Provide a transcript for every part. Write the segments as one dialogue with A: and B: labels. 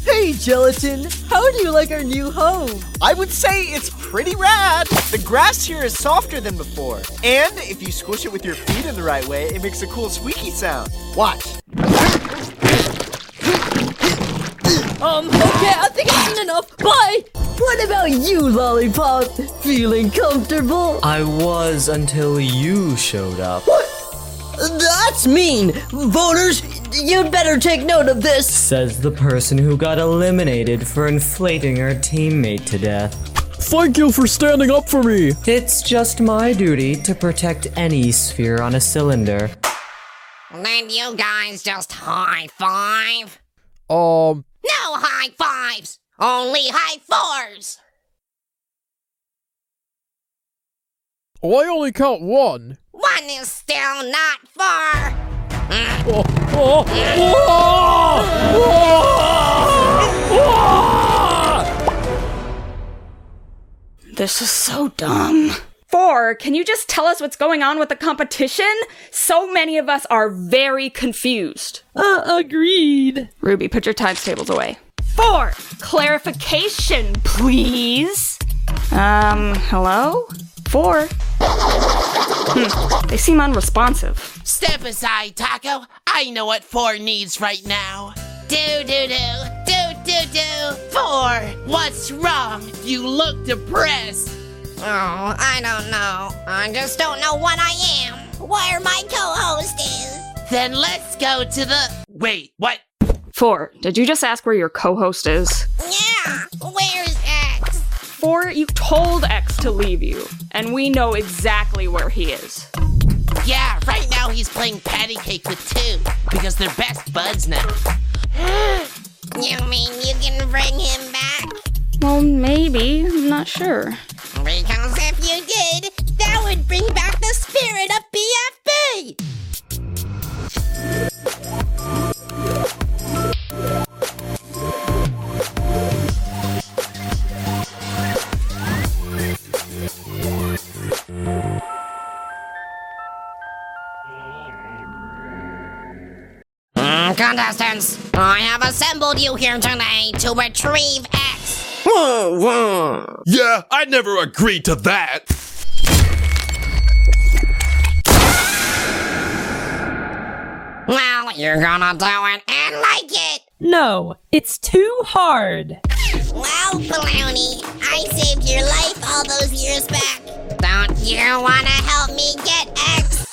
A: Hey, Gelatin! How do you like our new home?
B: I would say it's pretty rad. The grass here is softer than before. And if you squish it with your feet in the right way, it makes a cool squeaky sound. Watch.
A: Um, okay, I think I've eaten enough. Bye! What about you, Lollipop? Feeling comfortable?
C: I was until you showed up.
A: What? That's mean! Voters, you'd better take note of this!
C: Says the person who got eliminated for inflating her teammate to death.
D: Thank you for standing up for me. Um,
C: It's just my duty to protect any sphere on a cylinder.
E: Then you guys just high five?
D: Um,
E: No high fives! Only high fours!
D: I only count one.
E: One is still not four!
D: Oh, Ah!
F: This is so dumb. Four, can you just tell us what's going on with the competition? So many of us are very confused.
A: Uh, agreed.
F: Ruby, put your times tables away. Four, clarification, please. Um, hello? Four. Hmm, they seem unresponsive.
G: Step aside, Taco. I know what four needs right now. Do do do do do do. Four. What's wrong? You look depressed.
E: Oh, I don't know. I just don't know what I am. Where my co-host is.
G: Then let's go to the. Wait, what?
F: Four, did you just ask where your co host is?
E: Yeah, where's X?
F: Four, you told X to leave you, and we know exactly where he is.
G: Yeah, right now he's playing patty cake with two because they're best buds now.
E: You mean you can bring him back?
F: Well, maybe. I'm not sure.
E: Because if you did, that would bring back the spirit of BFB! Mm, Contestants, I have assembled you here today to retrieve X.
H: Yeah, I never agreed to that.
E: Well, you're gonna do it and like it.
I: No, it's too hard.
E: Well, Baloney, I saved your life all those years back. Don't you wanna help me get X?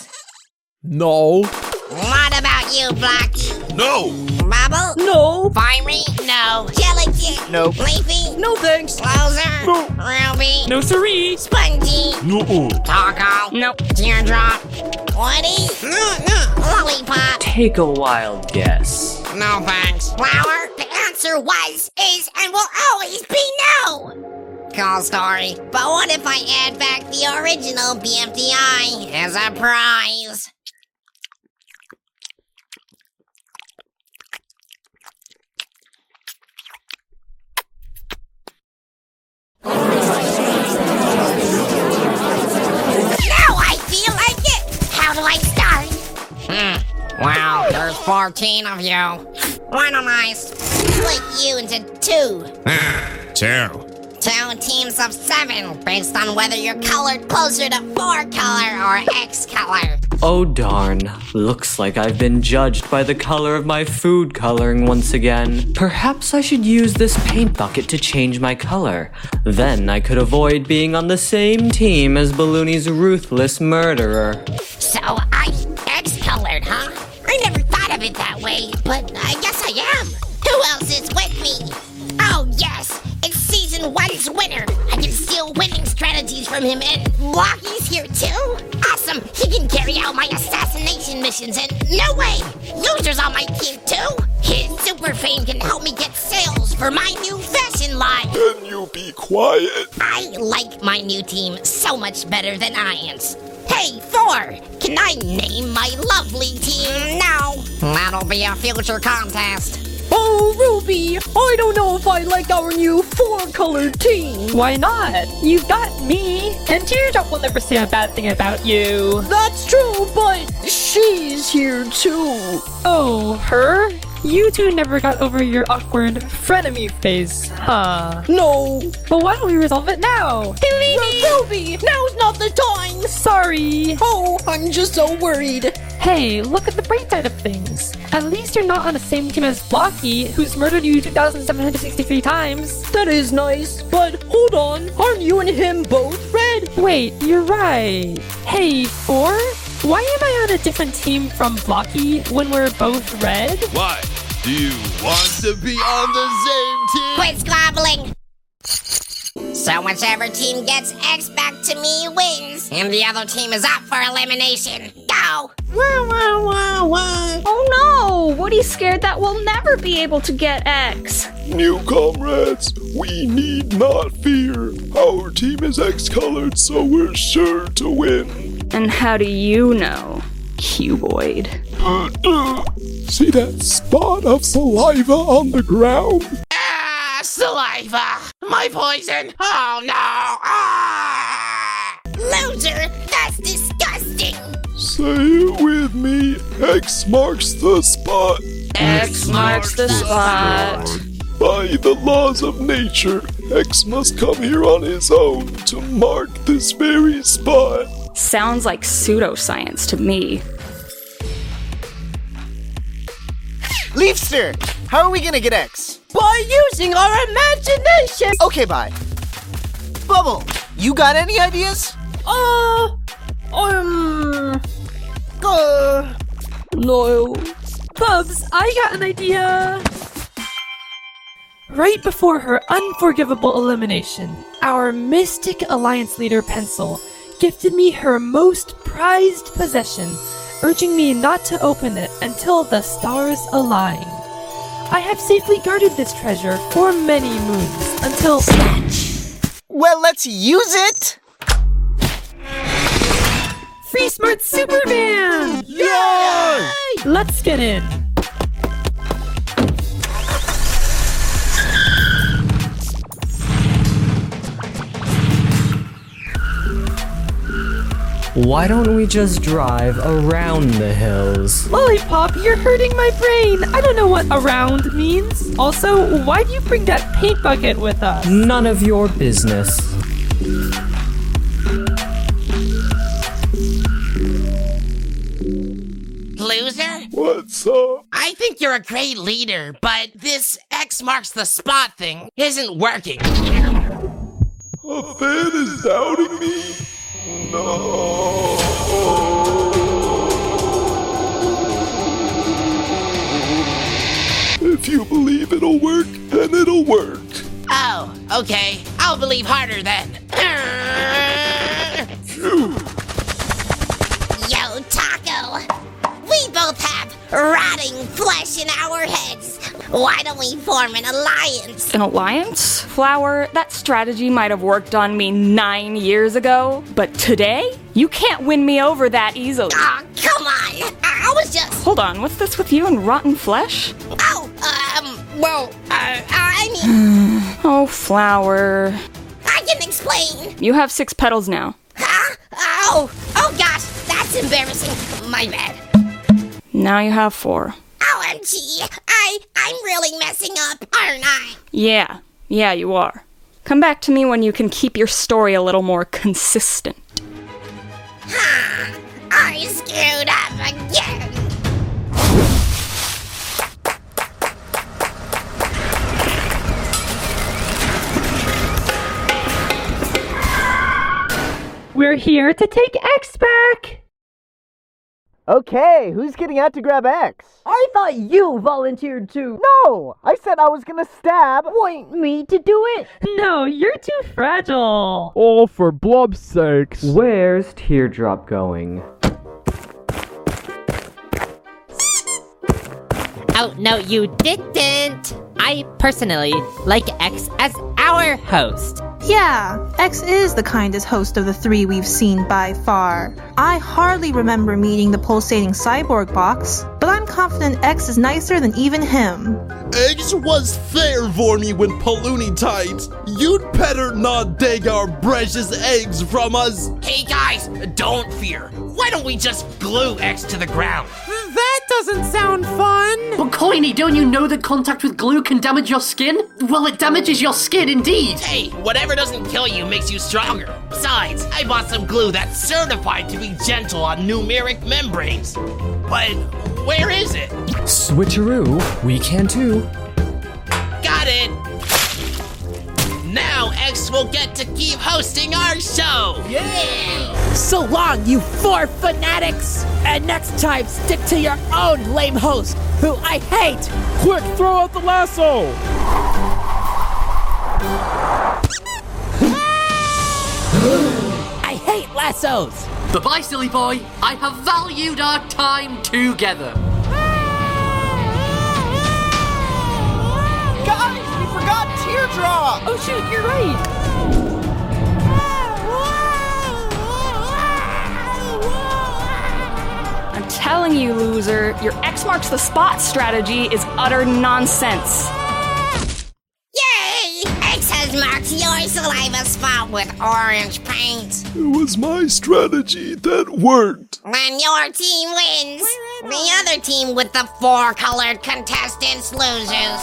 D: no.
E: What about you, Blocky?
H: No!
E: Bubble?
A: No!
E: Fiery? No. Jellycat?
B: Nope.
E: Leafy?
A: No thanks!
E: Closer? Ruby?
I: No siree.
E: Spongy?
H: No!
E: Taco?
F: Nope.
E: Teardrop? Woody? Lollipop?
C: Take a wild guess.
E: No thanks. Flower, the answer was, is, and will always be no! Cool story. But what if I add back the original BFDI as a prize? Now I feel like it! How do I start? Hmm. Wow, there's 14 of you. Why don't I split you into two?
H: Two.
E: Two teams of seven, based on whether you're colored closer to four color or X color.
C: Oh darn, looks like I've been judged by the color of my food coloring once again. Perhaps I should use this paint bucket to change my color. Then I could avoid being on the same team as Balloony's ruthless murderer.
E: So I X colored, huh? I never thought of it that way, but I guess I am. Who else is with me? Oh yes, it's season one's winner. I can steal winning strategies from him, and Blocky's here too. Awesome, he can carry out my assassination missions, and no way, losers on my team too. His super fame can help me get sales for my new fashion line.
H: Can you be quiet?
E: I like my new team so much better than Ian's. Hey, Thor, can I name my lovely team now? That'll be a future contest.
A: Oh, Ruby! I don't know if I like our new four-color team!
I: Why not? You've got me, and Teardrop will never say a bad thing about you.
A: That's true, but shh, she's here too.
I: Oh, her? You two never got over your awkward frenemy phase, huh?
A: No,
I: Well, why don't we resolve it now?
A: Ruby, now's not the time.
I: Sorry!
A: Oh, I'm just so worried.
I: Hey, look at the bright side of things. At least you're not on the same team as Blocky, who's murdered you 2,763 times.
A: That is nice, but hold on. Aren't you and him both red?
I: Wait, you're right. Hey, Four? Why am I on a different team from Blocky when we're both red?
H: Why? Do you want to be on the same team?
E: Quit squabbling. So whichever team gets X back to me wins, and the other team is up for elimination. Go!
F: Oh no! Woody's scared that we'll never be able to get X.
H: New comrades, we need not fear. Our team is X colored, so we're sure to win.
F: And how do you know, Cuboid?
H: See that spot of saliva on the ground?
G: Ah, saliva! My poison! Oh no! Ah!
E: Loser! That's disgusting!
H: Say it with me. X marks the spot.
F: X marks the spot.
H: By the laws of nature, X must come here on his own to mark this very spot.
F: Sounds like pseudoscience to me.
B: Leafster, how are we gonna get X?
A: By using our imagination.
B: Okay, bye. Bubble, you got any ideas?
A: Uh, um, uh, no.
I: Bubs, I got an idea! Right before her unforgivable elimination, our Mystic Alliance leader, Pencil, gifted me her most prized possession, urging me not to open it until the stars align. I have safely guarded this treasure for many moons until.
B: Well, let's use it!
I: Free Smart Superman!
B: Yay!
I: Let's get in!
C: Why don't we just drive around the hills?
I: Lollipop, you're hurting my brain. I don't know what around means. Also, why do you bring that paint bucket with us?
C: None of your business.
G: Loser?
H: What's up?
G: I think you're a great leader, but this X marks the spot thing isn't working.
H: A fan is doubting me? No. If you believe it'll work, then it'll work.
G: Oh, okay. I'll believe harder then.
H: Phew.
E: Yo, Taco! We both have rotting flesh in our heads. Why don't we form an alliance?
F: An alliance? Flower, that strategy might have worked on me nine years ago, but today? You can't win me over that easily.
E: Aw, come on! I I was just.
F: Hold on, what's this with you and rotten flesh?
E: Oh, um, well, uh, I mean,
F: Oh, Flower.
E: I can explain.
F: You have six petals now.
E: Huh? Oh, oh gosh, that's embarrassing. My bad.
F: Now you have four.
E: OMG, I, I'm really messing up, aren't I?
F: Yeah, yeah, you are. Come back to me when you can keep your story a little more consistent.
E: Ha! I screwed up again.
I: We're here to take X back.
B: Okay, who's getting out to grab X?
A: I thought you volunteered to.
B: No! I said I was gonna stab.
A: Want me to do it?
I: No, you're too fragile.
D: Oh, for blob's sakes.
C: Where's Teardrop going?
J: Oh, no, you didn't! I personally like X as our host. Yeah, X is the kindest host of the three we've seen by far. I hardly remember meeting the pulsating cyborg box, but I'm confident X is nicer than even him.
K: Eggs was there for me when Paloonie times. You'd better not take our precious eggs from us.
G: Hey guys, don't fear. Why don't we just glue X to the ground?
L: That doesn't sound fun. But Coiny, don't you know that contact with glue can damage your skin? Well, it damages your skin indeed.
G: Hey, whatever doesn't kill you makes you stronger. Besides, I bought some glue that's certified to be gentle on numeric membranes. But where is it?
C: Switcheroo, we can too.
G: Got it! Now X will get to keep hosting our show! Yeah!
M: So long, you four fanatics! And next time, stick to your own lame host, who I hate!
D: Quick, throw out the lasso!
M: I hate lassos!
L: Bye-bye, silly boy. I have valued our time together.
B: Guys, we forgot Teardrop!
F: Oh shoot, you're right. I'm telling you, loser, your X marks the spot strategy is utter nonsense.
E: Yay! X has marked your saliva spot with orange paint.
H: It was my strategy that worked.
E: When your team wins, the other team with the four colored contestants loses.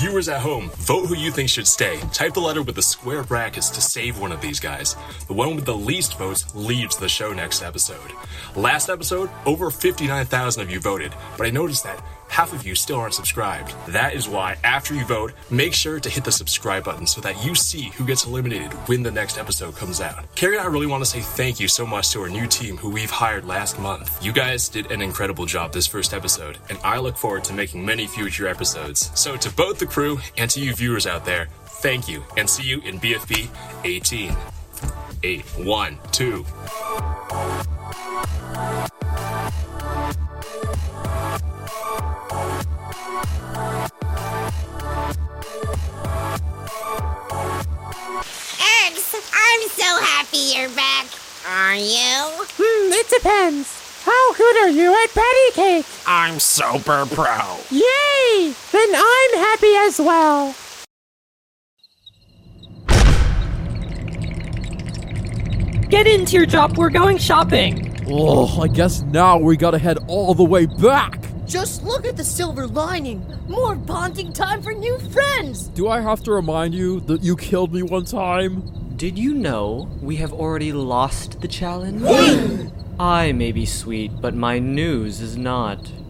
N: Viewers at home, vote who you think should stay. Type the letter with the square brackets to save one of these guys. The one with the least votes leaves the show next episode. Last episode, over 59,000 of you voted, but I noticed that half of you still aren't subscribed. That is why, after you vote, make sure to hit the subscribe button so that you see who gets eliminated when the next episode comes out. Carrie and I really want to say thank you so much to our new team who we've hired last month. You guys did an incredible job this first episode, and I look forward to making many future episodes. So, to both the crew and to you viewers out there, thank you, and see you in BFB 18. 8, 1, 2.
E: X, I'm so happy you're back. Are you?
L: Hmm, it depends. How good are you at patty cake?
G: I'm super pro.
L: Yay! Then I'm happy as well.
I: Get in, Teardrop. We're going shopping.
D: Oh, I guess now we gotta head all the way back.
A: Just look at the silver lining. More bonding time for new friends.
D: Do I have to remind you that you killed me one time?
C: Did you know we have already lost the challenge?
D: Wait!
C: I may be sweet, but my news is not.